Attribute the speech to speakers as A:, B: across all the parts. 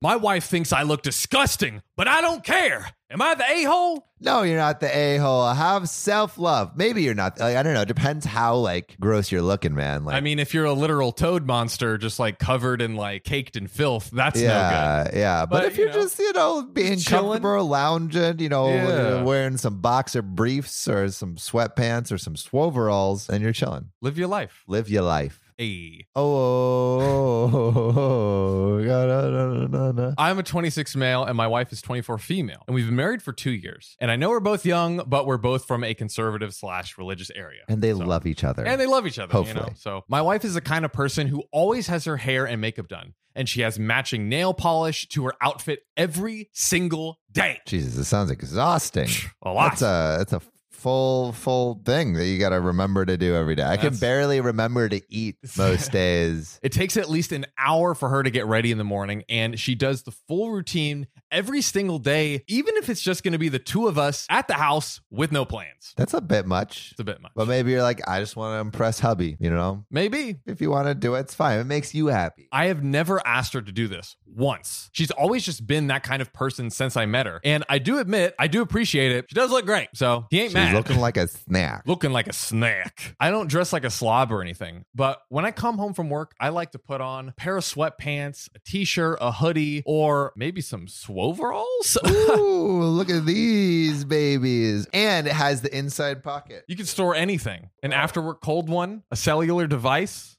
A: My wife thinks I look disgusting, but I don't care. Am I the a hole?
B: No, you're not the a hole. Have self love. Maybe you're not. Like, I don't know. It depends how like gross you're looking, man. Like,
A: I mean, if you're a literal toad monster, just like covered and like caked in filth, that's no
B: yeah, yeah. But,
A: But,
B: if you're
A: you know,
B: just you know being
A: chilling.
B: comfortable, lounging, you know,
A: Yeah.
B: wearing some boxer briefs or some sweatpants or some swoveralls, and you're chilling,
A: good. Live your life.
B: live your life.
A: Hey.
B: Oh, oh, oh, oh, oh, God, oh, no, no, no, no.
A: I'm a 26 male and my wife is 24 female, and we've been married for two years. And I know we're both young, but we're both from a conservative slash religious area.
B: and they
A: So-
B: love each other.
A: And they love each other. You know?
B: Hopefully.
A: So my wife is the kind of person who always has her hair and makeup done, and she has matching nail polish to her outfit every single day.
B: Jesus, it sounds exhausting.
A: A lot.
B: That's a that's a full full thing that you got to remember to do every day. I can
A: That's-
B: barely remember to eat most days.
A: It takes at least an hour for her to get ready in the morning, and she does the full routine every single day, even if it's just going to be the two of us at the house with no plans.
B: That's a bit much.
A: It's a bit much.
B: But maybe you're like, I just want to impress hubby. You know,
A: Maybe.
B: if you want to do it, it's fine. It makes you happy.
A: I have never asked her to do this once. She's always just been that kind of person since I met her. And I do admit, I do appreciate it. She does look great. So he ain't
B: She's
A: mad.
B: looking like a snack.
A: looking like a snack. I don't dress like a slob or anything, but when I come home from work, I like to put on a pair of sweatpants, a t-shirt, a hoodie, or maybe some swoveralls.
B: Ooh, look at these babies. And it has the inside pocket.
A: you can store anything. An after work cold one, a cellular device.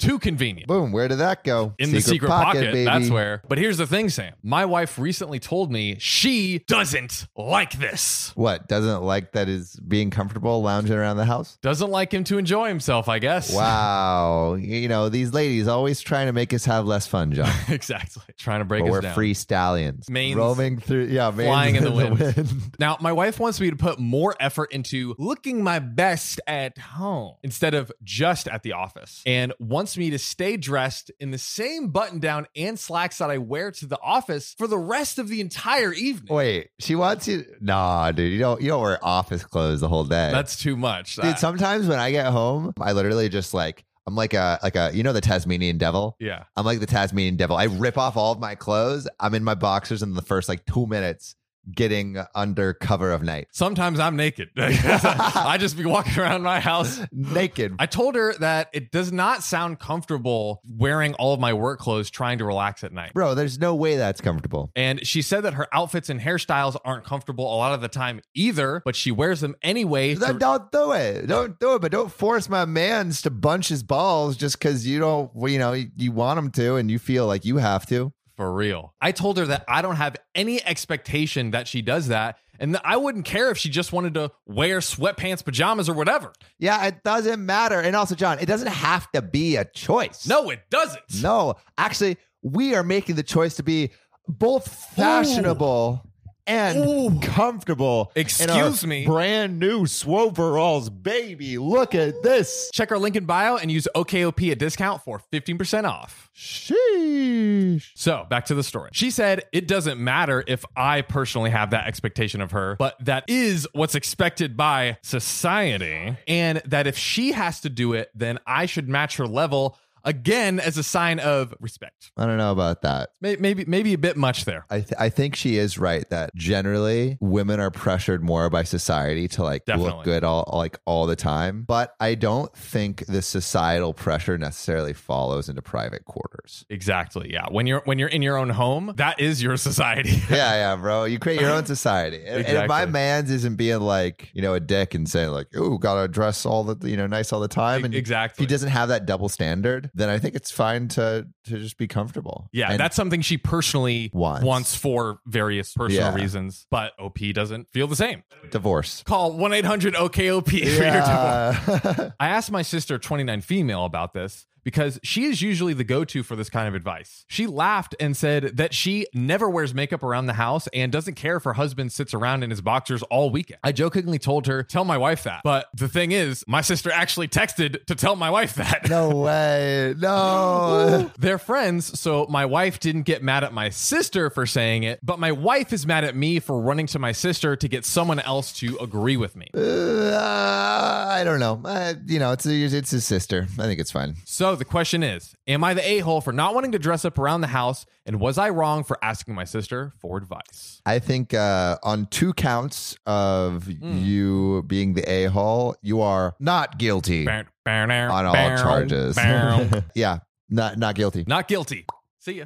A: Too convenient.
B: Boom, where did that go?
A: in the secret pocket, that's where. But here's the thing, Sam. My wife recently told me she doesn't like this.
B: What? Doesn't like that is being comfortable lounging around the house?
A: Doesn't like him to enjoy himself, I guess.
B: Wow. you know, these ladies always trying to make us have less fun, John.
A: exactly. Trying to break
B: But
A: us
B: we're
A: down.
B: free stallions.
A: Manes
B: roaming through yeah, manes
A: flying in the wind.
B: wind.
A: Now, my wife wants me to put more effort into looking my best at home instead of just at the office and wants me to stay dressed in the same button down and slacks that I wear to the office for the rest of the entire evening.
B: Wait, she wants you Nah, dude, you don't you don't wear office clothes the whole day.
A: That's too much.
B: dude,
A: That-
B: sometimes when I get home, I literally just like I'm like a like a you know the Tasmanian devil?
A: yeah.
B: I'm like the Tasmanian devil. I rip off all of my clothes. I'm in my boxers in the first like two minutes getting under cover of night.
A: Sometimes I'm naked. I just be walking around my house
B: Naked.
A: I told her that it does not sound comfortable wearing all of my work clothes trying to relax at night.
B: Bro, there's no way that's comfortable.
A: And she said that her outfits and hairstyles aren't comfortable a lot of the time either, but she wears them anyway.
B: Then don't do it. Don't do it. But don't force my man's to bunch his balls just because you don't. well, You know you, you want him to, and you feel like you have to.
A: For real. I told her that I don't have any expectation that she does that and that I wouldn't care if she just wanted to wear sweatpants, pajamas, or whatever.
B: Yeah, it doesn't matter. And also, John, it doesn't have to be a choice.
A: No, it doesn't.
B: no. Actually, we are making the choice to be both fashionable and
A: Ooh.
B: comfortable. in our
A: Excuse me.
B: brand new swoveralls, baby. Look at this.
A: Check our link in bio and use OKOP at discount for 15% off.
B: Sheesh.
A: So back to the story. She said it doesn't matter if I personally have that expectation of her, but that is what's expected by society. And that if she has to do it, then I should match her level again as a sign of respect.
B: I don't know about that.
A: May- Maybe, maybe a bit much there.
B: I, th- I think she is right that generally women are pressured more by society to like
A: Definitely.
B: look good all like all the time. But I don't think the societal pressure necessarily follows into private quarters.
A: Exactly. Yeah. When you're when you're in your own home, that is your society.
B: Yeah, yeah, bro. You create your own society. And- And if my
A: Exactly.
B: man's isn't being like, you know, a dick and saying like, "Ooh, gotta dress all the you know nice all the time," and if
A: E, exactly.
B: he doesn't have that double standard, then I think it's fine to to just be comfortable.
A: yeah,
B: And-
A: that's something she personally
B: Wants.
A: wants for various personal
B: Yeah.
A: reasons, but OP doesn't feel the same.
B: divorce.
A: Call 1 800 OKOP for your divorce.
B: Yeah.
A: I asked my sister, 29 female, about this because she is usually the go to for this kind of advice. She laughed and said that she never wears makeup around the house and doesn't care if her husband sits around in his boxers all weekend. I jokingly told her, Tell my wife that. But the thing is, my sister actually texted to tell my wife that.
B: no way. No.
A: There They're friends, so my wife didn't get mad at my sister for saying it, but my wife is mad at me for running to my sister to get someone else to agree with me.
B: Uh, I don't know. Uh, you know, it's it's his sister. I think it's fine.
A: So the question is Am I the a hole for not wanting to dress up around the house? And was I wrong for asking my sister for advice?
B: I think uh, on two counts of you being the a hole, you are not guilty
A: Bow, bow, now,
B: on all
A: bow,
B: charges.
A: bow.
B: yeah, not not guilty.
A: Not guilty. See ya.